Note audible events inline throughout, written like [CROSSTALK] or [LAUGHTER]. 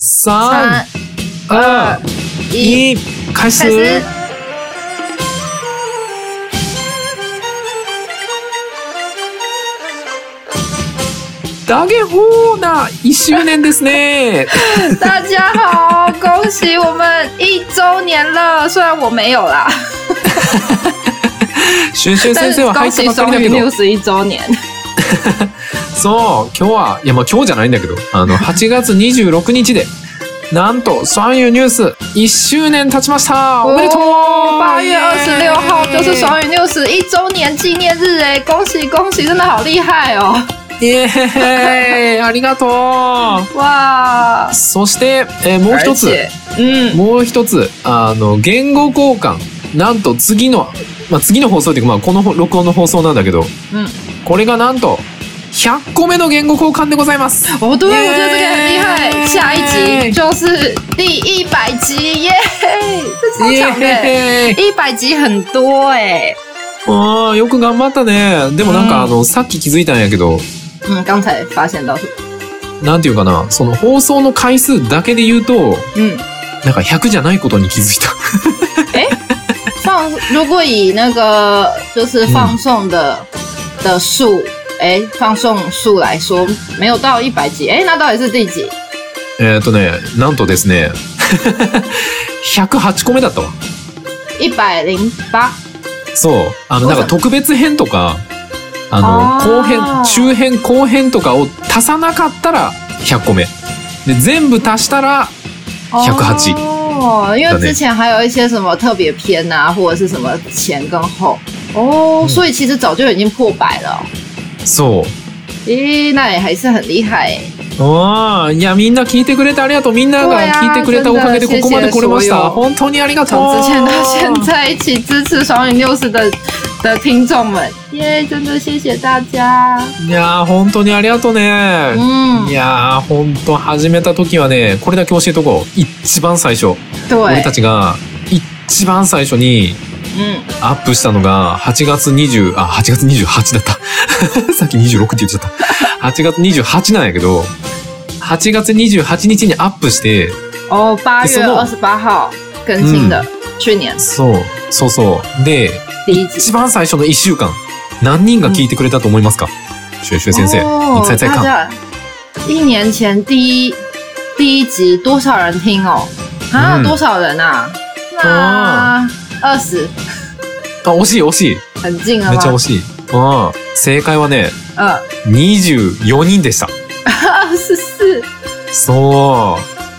三、二、一，开开始始。。ダゲホーナ一周年ですね。大家好，恭喜我们一周年了！虽然我没有啦，シュンシュン但先生是は入恭った喜ばっかり双だ鱼けど六。十一周年。そう、今日は、いや、まあ今日じゃないんだけど、あの、8月26日で、なんと、三遊ニュース1周年経ちましたおめでとう哦八月二十六号就是双鱼六十一周年纪念日哎，恭喜恭喜，真的好厉害哦！イエーイありがと哇う，そして、えーもう一つ而、且嗯，もう一つ、あの、言語交換。なんと次の、まあ、次の放送っていうか、まあ、このほ録音の放送なんだけど、うんこれがなんと、100個目の言語交換でございます。哦，对，耶我觉得这个很厉害。下一集就是第一百集耶，这超イ强的エ欸。ーイ一百集很多哎、あーよく頑張ったね。でもなんか、うんあの、さっき気づいたんやけど、嗯，刚才发现到，なんていうかな、その放送の回数だけで言うと、嗯，なんか100じゃないことに気づいた。 [LAUGHS] 放如果以那个就是放送的、的数，哎、放送数来说，没有到一百集，哎、那到底是第几？えっ、とね、なんとですね、108個目だったわ。一百零八，そう。あの、なんか特別編とか、あの、あー後編、中編、後編とかを足さなかったら100個目。で、全部足したら、108哦，因为之前还有一些什么特别篇啊，或者是什么前跟后哦，嗯所以其实早就已经破百了哦。そう。咦，那也还是很厉害欸。ああ、いや、みんな聞いてくれてありがとう。みんなが聞いてくれたおかげでそうこやこまで来れまし先生そうた。よ本当にありがとう。从之前到现在一起支持双语六十的的听众们，耶！真的谢谢大家。いやー、本当にありがとうね。嗯い，やー、本当始めた時はね、これだけ教えとこう。一番最初。俺对た，ちが、一番最初に、嗯，アップしたのが8月20、あ、8月28だった。 [LAUGHS] さっき26って言っちゃった。8月28なんやけど、8月28日にアップして、哦，八可是月我二十八号更新的，去年そう、そうそう。で、第一一集。番最初の1週間、何人が聞いてくれたと思いますか、シュエシュエ先生、哦你猜猜大看。家一年前第一第一集多少人听哦？啊，嗯哦多少人啊？那二十，あ、惜しい惜しい。很近了めっ吗ちゃ？惜しい。うん。正解はね、嗯， 24人でした。二十四。そ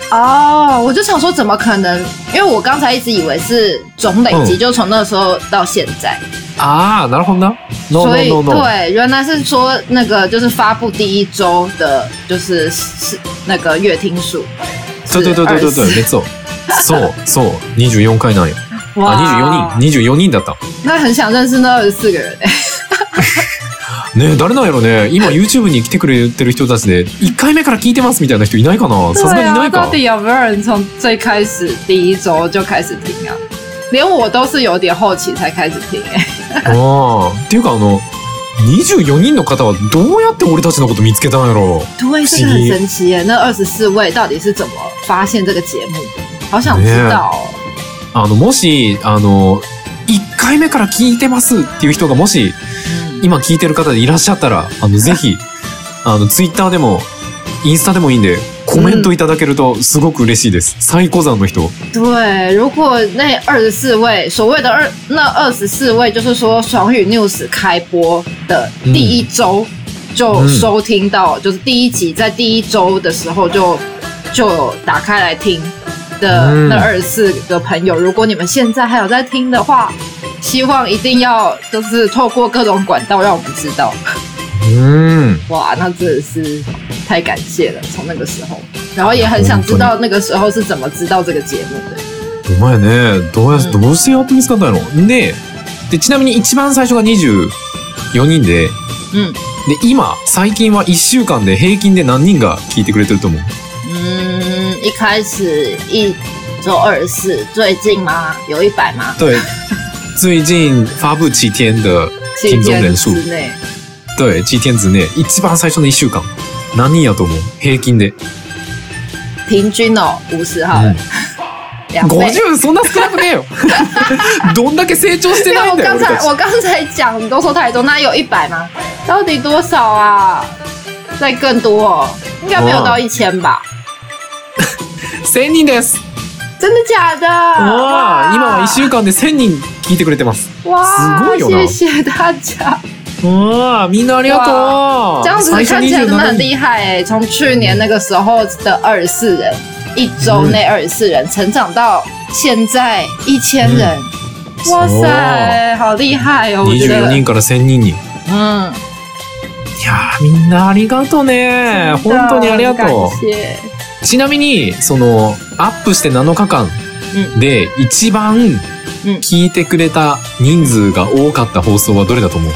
哦，我就想说，怎么可能？因为我刚才一直以为是总累积，嗯就从那时候到现在，う。あー、なるほどな。No, 所以 no, no, no. 对，原来是说那个就是发布第一周的，就是是那个乐听数，そうそうそうそうそう、レッツオ。そう、そう、24回なんよ。啊あ、24人、24人だった。那很想认识那二十四个人、欸，ねえ誰なんやろね。今 YouTube に来てくれてる人たちで、1回目から聞いてますみたいな人いないかなさすがにいない到か。底有没有人从最开始第一周就开始听啊？连我都是有点后期才开始听、欸，ああ。っていうか、あの、24人の方はどうやって俺たちのこと見つけたんやろ对，是这个很神奇耶、那二十四位到底是怎么发现这个节目的？好想知道、哦。あの、もし、あの、1回目から聞いてますっていう人がもし、嗯今聞いてる方でいらっしゃったら、あの、ぜ [LAUGHS] ひ、あの、ツイッターでも、インスタでもいいんで、コメントいただけるとすごく嬉しいです。最高山の人。对，如果那二十四位所谓的二那二十四位，就是说爽语 news 开播的第一周、就收听到，就是第一集在第一周的时候就就有打开来听的嗯那二十四个朋友，如果你们现在还有在听的话，希望一定要就是透过各种管道让我们知道。うん。哇，那真的是太感谢了，从那个时候，然后也很想知道那个时候是怎么知道这个节目的。お前ね、どうや、うんどうしてやっと見つかったんやろで、で、ちなみに一番最初が24人で、で、嗯。今、最近は1週間で平均で何人が聞いてくれてると思う嗯，一开始一周二十四，最近吗？有一百吗？对。最近、发布七天的、七听众天人数之内，对、七天之内、一番最初の1週間。何人やと思う平均で。平均哦五十好了嗯，两、倍。 50そんな少なく [LAUGHS] ねえよどんだけ成長して因な为い啊我んだよ俺た刚才ち我刚才讲你都说太多，那有一百吗？到底多少啊？再更多、哦，应该没有到一千吧？ 1000人です真的假的？わあ今は1週間で1000人聞いてくれてますすご哇，いよな谢谢大家，わあみんなありがとう这样子最初看起来真的27很厉害哎、从去年那个时候的二十四人，一周内二十四人，成长到现在一千人，哇塞，好厉害嗯哦！我觉24得，人から1000人にい嗯，やーみんなありがとう哎ね本当にありが感と谢。うちなみにそのアップして7日間嗯で一番聞いてくれた人数が多かった放送はどれだと思う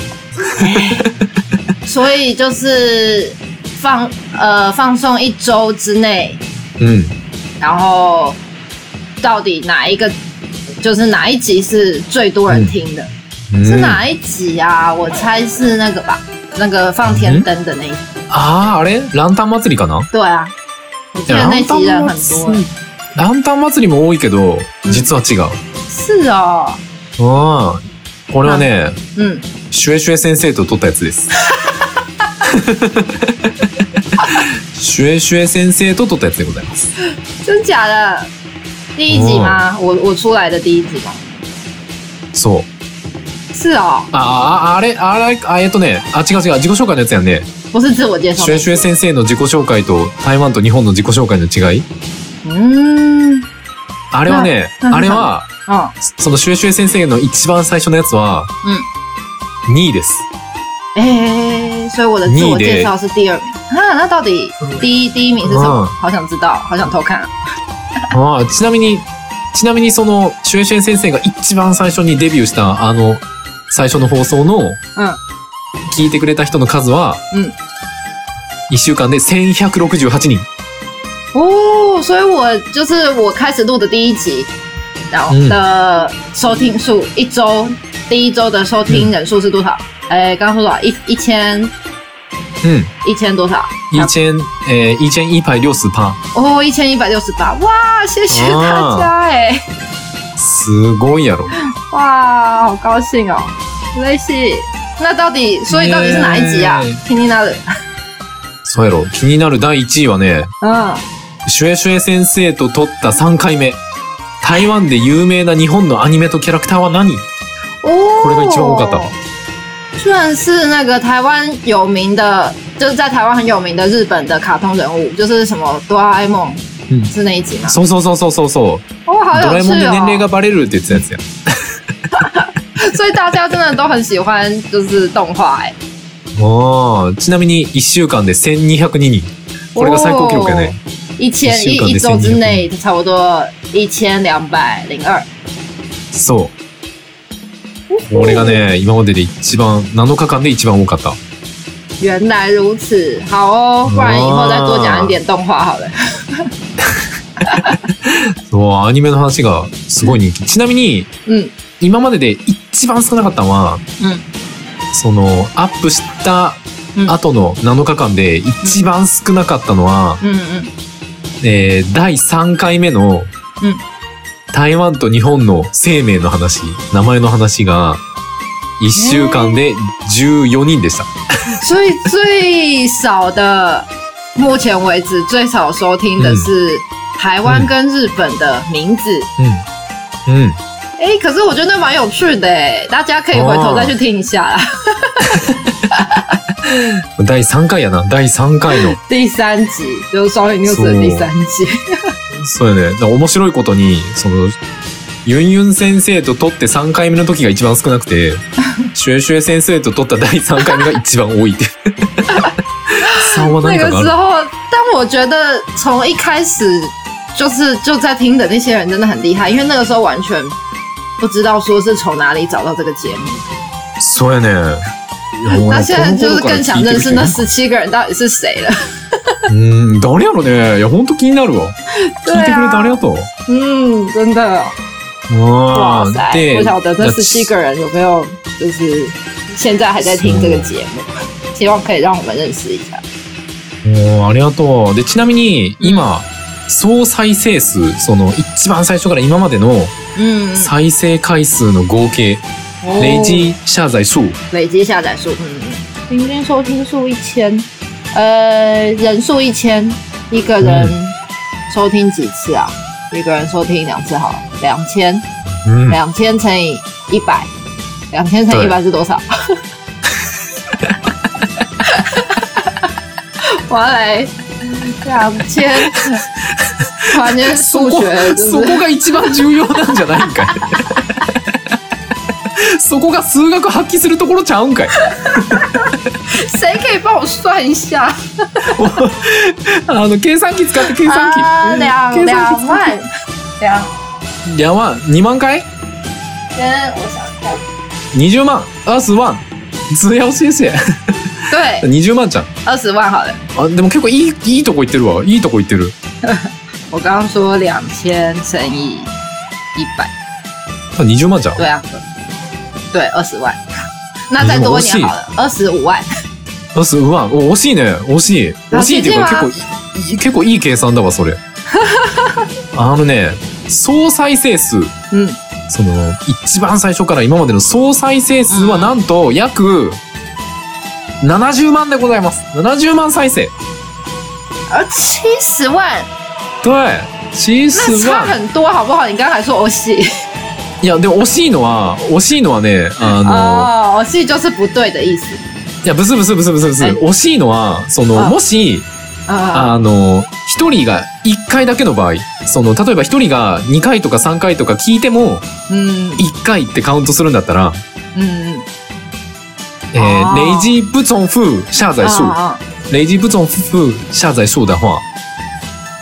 所以就是放呃放松一周之内，うん然后到底哪一个就是哪一集是最多人听的？うん是哪一集啊？我猜是那个吧，那个放天灯的那一嗯集。ああ、あれランタン祭りかな对啊，我记得那集人很多。ランタン祭りも多いけど、実は違う。是哦，うん。これはね、嗯，シュエシュエ先生と撮ったやつです。シュエシュエ先生と撮ったやつでございます。真假的？第一集哦吗？我我出来的第一集吗？そう。是哦，あ、あ、あれ、あれ、あ、えっとね、あ、違う違う、自己紹介のやつやんね。不是自我介绍シュ。エシュエ先生の自己紹介と台湾と日本の自己紹介の違い嗯，あれはね、なあれは、哦，そのシュエシュエ先生の一番最初のやつは、嗯。 2位です。哎、所以我的自我介绍是第二名啊。那到底第一第一名是什么？嗯好想知道，好想偷看。啊ああ、ちなみに、ちなみにその、シュエシュエ先生が一番最初にデビューした、あの、最初の放送の、嗯，聞いてくれた人の数は、うん1週間で1168人。哦，所以我就是我开始录的第一集，然后嗯的收听数一周第一周的收听人数是多少？哎、刚刚说多少？一一千うん。一千多少？一千、えー、一千一杯六十パ哦，一千一百六十八！哇，谢谢大家哎、ン。すごいやろ。哇，好高兴哦，雷西。那到底所以到底是哪一集啊耶？听听那里，そうやろ。気になる第1位はね、嗯。シュエシュエ先生と撮った3回目。台湾で有名な日本のアニメとキャラクターは何哦，これが一番多かった虽然是那个台湾有名的，就是在台湾很有名的日本的卡通人物，就是什么哆啦 A 梦，嗯是那一集吗？そうそうそうそうそうそう。哦，好ドラ有え趣もんで年齢が哦！バレるって言ってたやつや。 [LAUGHS] 所以大家真的都很喜欢，就是动画哎、ああ、ちなみに1週間で1202人。これが最高記録やね。一千一一週間一で周之1200内差不多一千两百零二。そう。俺がね、今までで一番、7日間で一番多かった。原来如此，好哦，不然以后再多讲一点动画好了。そう、アニメの話がすごい人気。ちなみに、嗯今までで一番少なかったのは、嗯，その、アップした後の7日間で一番少なかったのは、嗯嗯えー第3回目のうん、台湾と日本の生命の話、名前の話が、1週間で14人でした。最最少的，目前为止最少收听的是台湾跟日本的名字。うん。うん。哎、可是我觉得蛮有趣的哎，大家可以回头再去听一下啦。第3回やな。第3回の。第三集就是《双语 news》的第三集。そうやね。だから面白いことに、その、ユンユン先生と撮って3回目の時が一番少なく [LAUGHS] て、シュエシュエ先生と撮った第3回目が一番多 [LAUGHS] いって。3は那何个かがあ时る。候，但我觉得从一开始就是就在听的那些人真的很厉害，因为那个时候完全不知道说是从哪里找到这个节目。そうやね。いや俺那现在就この頃か是ら更想聞いて认る识人那十七个人到底是谁了。うん、誰やろね。いや、ほんと気になるわ。对啊聞いてくれてありがとう。嗯，真的。う哇わ塞ー！で、不晓得这だ十七个人有没有就是现在还在听这个节目，希望可以让我们认识一下。もうありがとう。で、ちなみに、今、総再生数、その一番最初から今までの嗯，再生回数の合計、哦累计下载数、累积下载数，嗯，平均收听数一千，呃，人数一千，一个人收听几次啊？一个人收听两次好了，两千，うん、两千乘以一百，两千乘以一百是多少？我要来两千，突然间数学就 [LAUGHS] そ是こが一番重要なんじゃないん [LAUGHS] かいそこが数学発揮するところちゃうんかい谁可以帮我算一下？あの計算機使って計算機、啊，两計算機使两って万，两2万2万回千，我想一下。 20万20万通夜先生 [LAUGHS] 对， 20万じゃん二十万好了。あでも結構いいいいとこ行ってるわいいとこ行ってる我刚刚说两千乘以一百，あ20万じゃん对啊，对，二十万。那再多一点好了，二十五万。 20万お惜しいね惜しい惜しいっていうか結あ構いい結構いい計算だわ [LAUGHS] それあのね総再生数嗯，その一番最初から今までの総再生数はなんと約70万でございます70万再生而呃七十万，对那70差万很多，好不好？你刚才说我洗，いやでも惜しいのは惜しいのはねあの、哦，我洗就是不对的意思。いや、ブスブスブスブスブス。はい惜しいのは、その、あもし、啊あの、一人が一回だけの場合、その、例えば一人が二回とか三回とか聞いても、嗯一回ってカウントするんだったら、嗯，えー、あー累计不总数下载数、啊累计不总数下载数的话、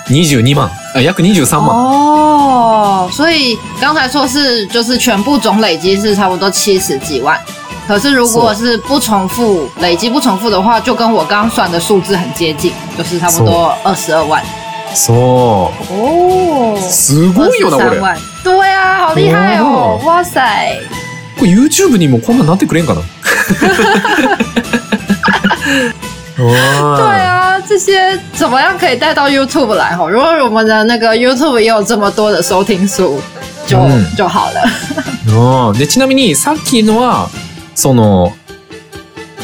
22万、あ、約23万。哦，所以刚才说是就是全部总累积是差不多七十几万，可是如果是不重复累积不重复的话，就跟我刚刚算的数字很接近，就是差不多二十二万そ哦う。すごいよな、これ。万，对啊，好厉害哦哦，哇塞，これ YouTube にもこんなんなってくれんか [LAUGHS] な [LAUGHS] わ对ー啊，这些怎么样可以带到 YouTube 来哦？如果我们的那个 YouTube 也有这么多的收听数，就、嗯就好了。うんで、ちなみにさっきのは、その、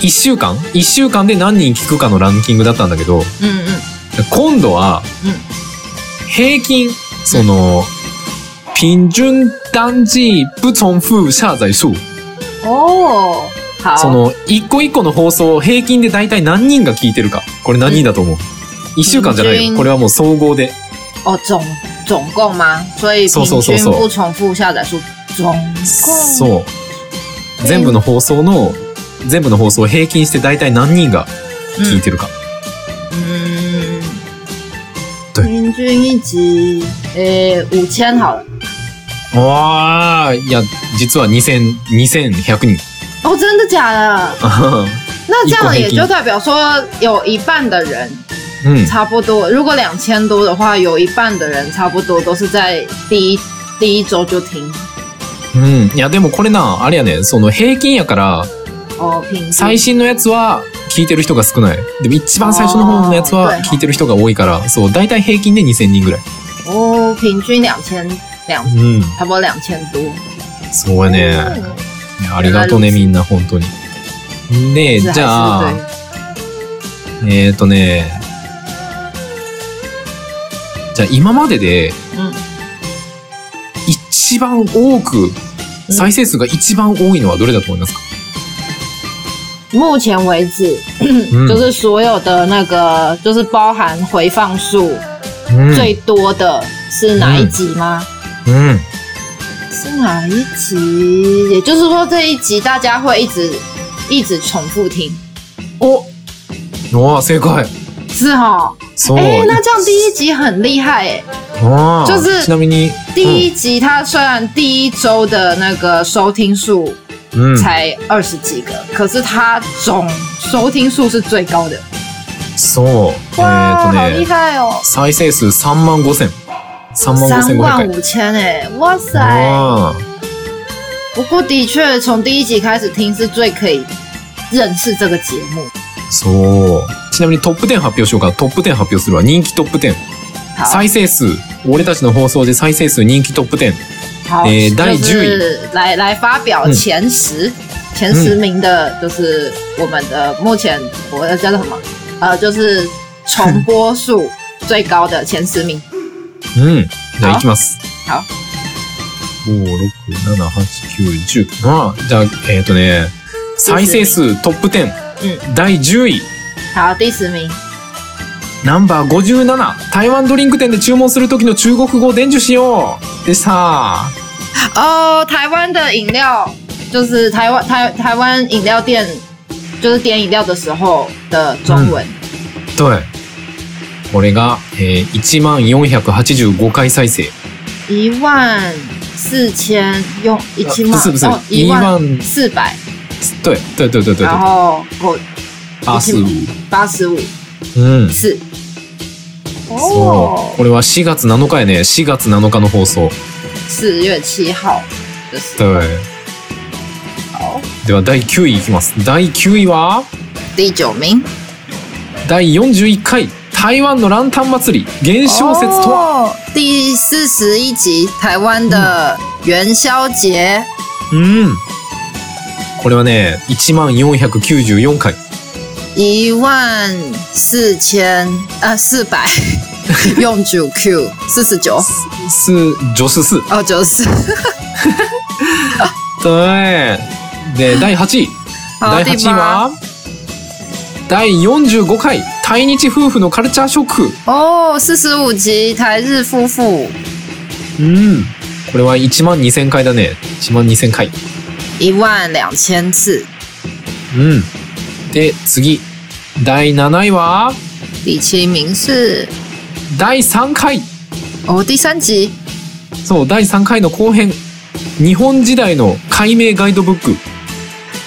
一週間一週間で何人聞くかのランキングだったんだけど、嗯嗯今度はう、平均、その、平均单季不重复下載数。哦，好，その、一個一個の放送を平均で大体何人が聞いてるか。これ何人だと思う一週間じゃない平よ。均これはもう総合で。哦，总总共吗？所以そう平そうそう均そう不重复下载数总共そう。全部の放送の、全部の放送を平均して大体何人が聞いてるか。嗯，对平均一集诶五千好了。わあ、いや、実は2000、2100人。哦，真的假的？那这一个样黑也金就代表说有一半的人うん。差不多，如果两千多的话，有一半的人差不多都是在第一第一周就听うん。いや、でもこれな、あれやねん、その平均やから、哦，平最均新のやつは聞いてる人が少ない。でも一番最初の方のやつはあー聞いてる人が多いから、そう、大体平均で2000人ぐらい。哦，平均两千两うん。差不多两千多。そうやね。嗯いやありがとね、みんな、本当に。で、是还是じゃ对あ、えっ、ー、とね、じゃあ今までで嗯一番多く、再生数が一番多いのはどれだと思いますか目前为止，就是所有的那个，就是包含回放数うん最多的是哪一集吗？うん。是哪一集？也就是说这一集大家会一直一直重复听，おわあ、正解。是哈？そう。哎、那这样第一集很厉害哎、ああ就是ちなみに、第一集它虽然第一周的那个收听数うん。才二十几个，可是它总收听数是最高的。そう。えっ哇，と好厉ね、害哦！再生数3万5千。3万5千500三万回。五千哎，哇塞！あ不过的确，从第一集开始听是最可以认识这个节目。あそう。ちなみにトップ10発表しようか。トップ10発表するわ。人気トップ10。好再生数、俺たちの放送で再生数人気トップ10。好，诶就第10是来来发表前十、前十名的，就是我们的目前我叫做什么？呃，就是重播数最高的前十名。うん。じゃあ行きます。好5、6、7、8、9、10。まあ、じゃあ、えっ、とね、再生数トップ10。第10位。好，第十名，ナンバー57。台湾ドリンク店で注文するときの中国語を伝授しよう。でした。哦，台湾的饮料就是台湾台台湾饮料店，就是点饮料的时候的中文。对。これが、えー、1485回再生。一万四千用一千不万啊是不是哦，一一万万四百，对对对对对对然。后我八十五。八十五うん。次。そ哦う。，これは4月7日やね。4月7日の放送。四月七号的时对。候，では第9位いきます。第9位は、第九名。第41回台湾のランタン祭り現象説とは、哦第四十一集台湾的元宵节。うん。これはね、1494回。一万四千呃四 [LAUGHS] 百用九 Q 四十九す、女子数。哦九四， [LAUGHS] 对。で、第8位。好第第8位八は、第45回対日夫婦のカルチャーショック。哦四十五集台日夫妇うん。これは12000回だね。12000回。一万两千次，うん。で、次。第7位は、第七名是第3回。哦第三集そう、第3回の後編。日本時代の解明ガイドブック。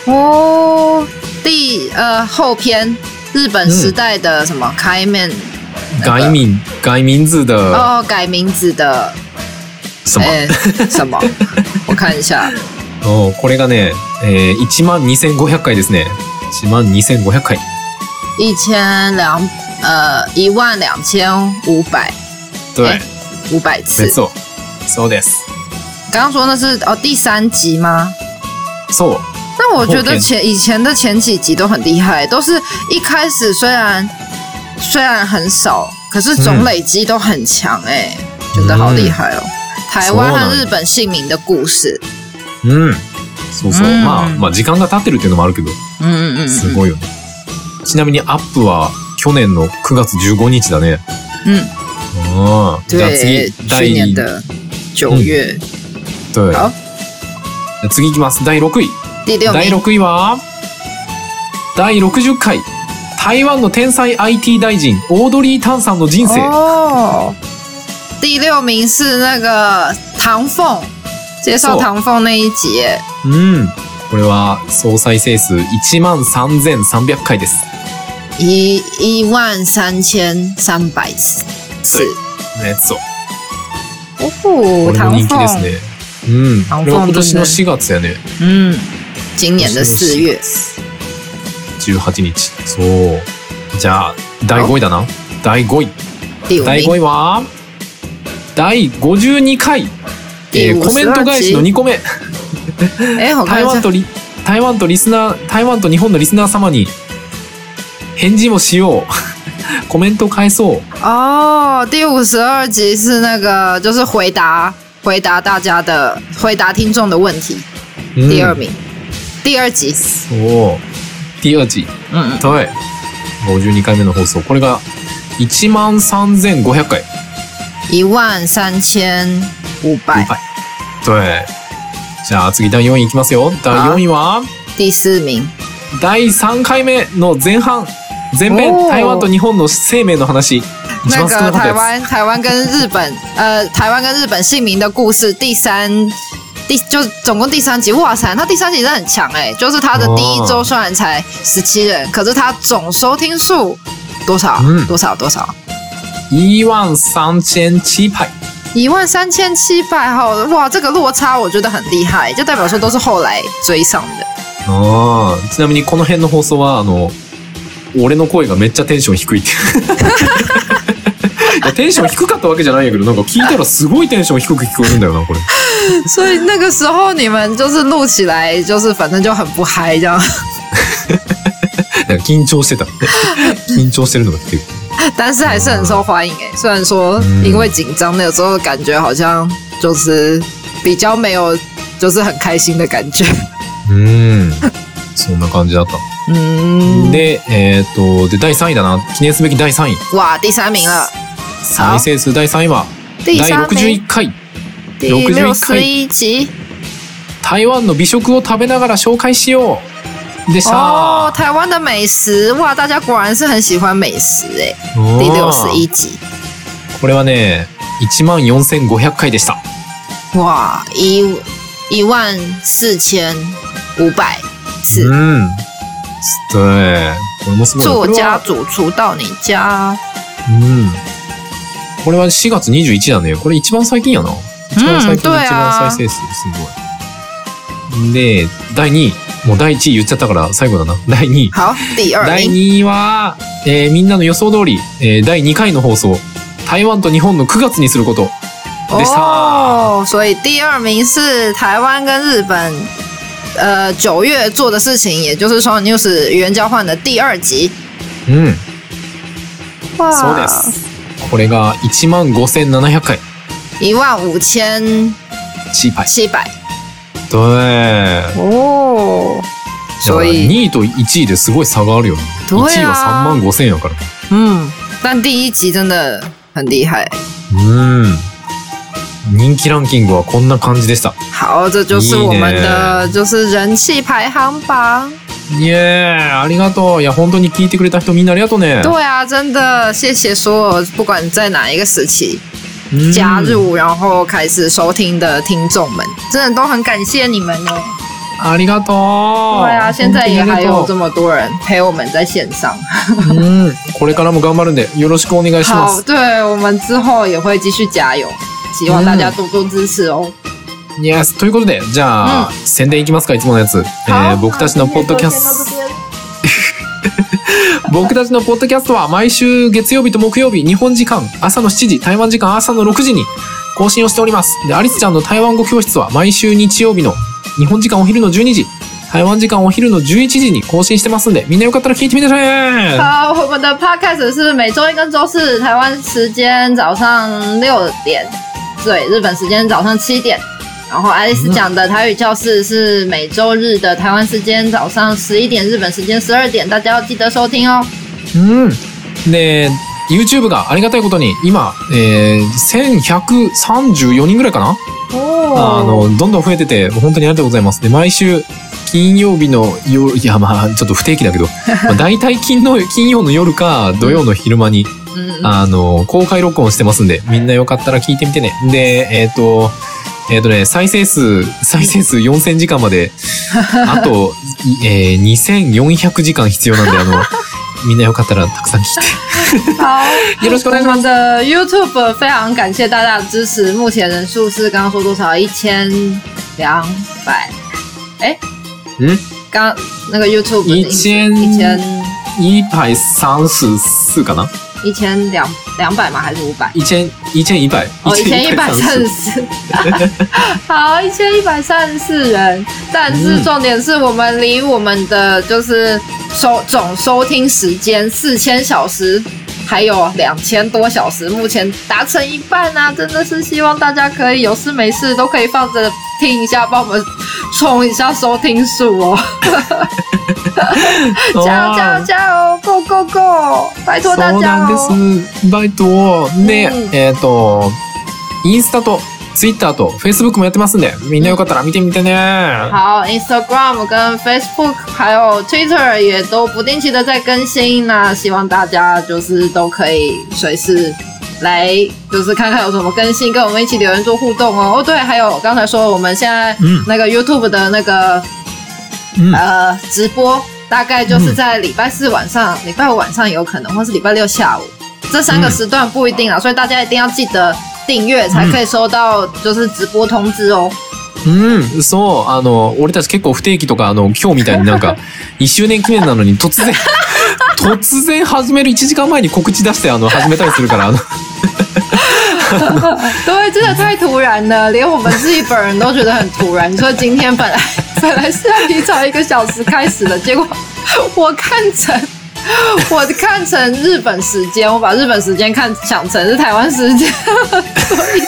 哦第呃后篇日本时代的什嗯么开面外民、外民図的哦改名字的呃什么、哎 [LAUGHS] 什么我看一下おうこれがね、えー、1万2500回ですね。1万2500回。一千两呃一万两千五百。对え、五百没次。错。そうです。刚刚说那是哦第三集吗？そう。那我觉后得天前以前的前几集都很厉害，都是一开始虽然虽然很少，可是总嗯累积都很强哎、觉得好厉害哦。嗯台湾和日本姓名的故事，うん。そうそう。うんまあ、まあ、時間が経ってるっていうのもあるけど、嗯嗯す嗯ごいよね。ちなみにアップは去年の9月15日だね。嗯，うん。じゃあ对次、，去第、年的九月、嗯对好次行きます。第6位。第六第名， 6位は第60回台湾の天才 IT 大臣オードリー・タンさんの人生哦，第六名是那个唐凤介そ绍う唐凤那一集耶、うんこれは総再生数1万3300回です一一万三千三百次。对ねそう哦これ吼，も唐人気です凤，ねうんこ唐鳳れは今年の4月やね嗯，今年的四月， 18日そうじゃあ第5位だな第5位第第五5名，位は第52回、えー第コメント返しの52集。 2個目哎，我看台一湾下，とリ台湾とリスナー台湾と日本のリスナー様に返事をしよう [LAUGHS] コメントを返そう哦，第五十二集是那个，就是回答回答大家的回答听众的问题，うん第二名，第二集，そう第二集嗯嗯，はい52回目の放送これが1万3500回一万三千五百，はいじゃあ次第4位いきますよ第4位は第四名，第3回目の前半前編おー台湾と日本の生命の話一那番少个なかったや台つ湾台湾跟日本呃台湾跟日本姓名的故事第三第就总共第三集，哇塞，他第三集真的很强哎、就是他的第一周哦虽然才十七人，可是他总收听数多少？嗯多少？多少？イーワン・サンチェン・チーパイ一万三千七百号，哇，这个落差我觉得很厉害，就代表说都是后来追上的。ああ、ちなみにこの辺の [LAUGHS] 放送は、あの、俺の声がめっちゃテンション低いっていう。やテンション低かったわけじゃないんやけど、なんか聞いたらすごいテンション低く聞こえるんだよな、これ。 [LAUGHS] 所以那个时候你们就是录起来，就是反正就很不嗨这样。なんか緊張 [LAUGHS] してた。緊張してるのが聞ける。但是还是很受欢迎哎、虽然说因为紧张，那有时候感觉好像就是比较没有，就是很开心的感觉。うん。そんな感じだった。嗯，で、えっと、で、第3位だな。記念すべき第3位。 [LAUGHS] 哇，第三名了，再生数第3位は、第第三名， 61回。第61六十一集台湾の美食を食べながら紹介しようでした。哦，台湾的美食哇，大家果然是很喜欢美食哎、うん第六十一集これはね、1万4500回でした。哇，一一万四千五百四，うん。对。これもすごいな。作これ家は主厨到你家。うん。これは4月21日だね。これ一番最近やな。一番最近うんの对一啊番再生数。すごい。で、第2位。もう第1位言っちゃったから最後だな。第2位。好，第二第名。 2位は、えーみんなの予想通り、えー第2回の放送。台湾と日本の9月にすること。でした。哦，所以第二名是台湾跟日本，呃，九月做的事情，也就是双语 news 语言交换的第二集。うん。哇，そうです。これが1万5700回。一万五千チーパイ。七百对。哦，所以2位と1位ですごい差があるよね。1对位は3啊万，5千円やから。嗯，但第一集真的很厉害。うん。人気ランキングはこんな感じでした。好，这就是我们的就是人气排行榜。イエーイありがとういや、本当に聞いてくれた人みんなありがとうね。对啊，真的谢谢所有不管在哪一个时期うん加入，然后开始收听的听众们，真的都很感谢你们哦。ありがとう哦对啊，现在也还有本当这么多人陪我们在线上。にありがとううん。これからも頑張るんで、よろしくお願いしま好，す。对我们之后也会继续加油，希望大家多多支持哦。イエスということで、じゃあ、宣伝いきますか、いつものやつ。え好，ー僕たちのポッドキャスト。僕たちのポッドキャストは毎週月曜日と木曜日、日本時間朝の7時、台湾時間朝の6時に更新をしております。で、アリスちゃんの台湾語教室は毎週日曜日の日本時間お昼の12時、台湾時間お昼の11時に更新してますんで、みんなよかったら聞いてみてね好，我们的 podcast 是每周一跟周四，台湾时间早上六点，对，日本时间早上七点。然后爱丽丝讲的台语教室是每周日的台湾时间早上十一点，日本时间十二点，大家要记得收听哦。うん。で、YouTube がありがたいことに今、えー、1134人ぐらいかなあ哦，の、どんどん増えてて、本当にありがとうございます。で、毎週、金曜日の夜、いや、まあ、ちょっと不定期だ [LAUGHS] けど、まあ、大体金の、金曜の夜か、土曜の昼間に、嗯，あの、公開録音してますんで、みんなよかったら聞いてみてね。で、えっ、と、えっ、とね、再生数、再生数4000時間ま [LAUGHS] で、あと、いえー2400時間必要なんで、あ [LAUGHS] の、みんなよかったらたくさん聞い好，て。よろしくお願い我しま们す。的 YouTube 非常感谢大家的支持，目前人数是刚刚说多少？一千两百，哎，嗯，刚那个 YouTube 的一千一千一百三十四かな一千两两百吗？还是五百？一千、一千一百。哦，一千一百三十四，好，哦一千一百三 [LAUGHS] 十四人。但是嗯重点是我们离我们的就是收总收听时间四千小时还有两千多小时，目前达成一半啊！真的是希望大家可以有事没事都可以放着听一下，帮我们冲一下收听数哦！加油加油加油！Go Go Go！拜そ托う大な家んで哦！す。バイトで、うんえっ、と、インスタと、ツイッターと、フェイスブックもやってますんで、みんなよかったら見てみてね。 [LAUGHS] 好，Instagram 跟 Facebook 还有 Twitter 也都不定期的在更新，那希望大家就是都可以随时来，就是看看有什么更新，跟我们一起留言做互动哦。哦，对，还有刚才说我们现在嗯那个 YouTube 的那个、嗯呃直播，大概就是在礼拜四晚上、礼拜五晚上有可能，或是礼拜六下午这三个嗯时段不一定啊，所以大家一定要记得订阅，才可以收到就是直播通知哦。うん、そう、あの、俺たち結構不定期とか、あの、今日みたいになんか、1周年記念なのに突然、 [LAUGHS] 突然始める1時間前に告知出して、あの、始めたりするから、あの、对，真的太突然了，连我们自己本人都觉得很突然。你说今天本来 [LAUGHS] 本来是要提早一个小时开始的，结果 [LAUGHS] 我看成我看成日本时间，我把日本时间看想成是台湾时间， [LAUGHS] 所以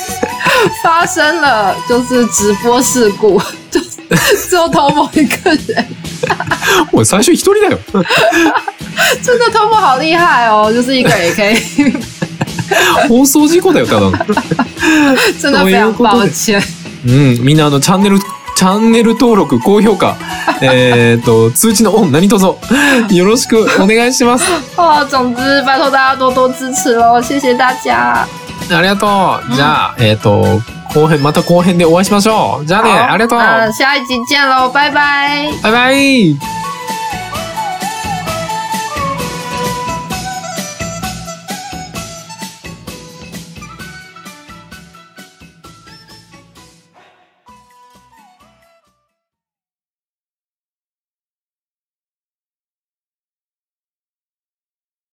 发生了就是直播事故， [LAUGHS] 就是只有偷某一个人，もう最初一人だよ。真的偷某好厉害哦，就是一个人也可以，放送事故だよ、ただの。 [LAUGHS] 真的非常抱歉。うん、みんなあの、チャンネル、チャンネル登録、高評価、えっと、通知のオン、何卒、よろしくお願いします。哦，总之拜托大家多多支持喽，谢谢大家。ありがとう。じゃあ、えっ、と、後編、また後編でお会いしましょう。じゃあね、好ありがとう。那下一集见喽，拜拜。バイバイ。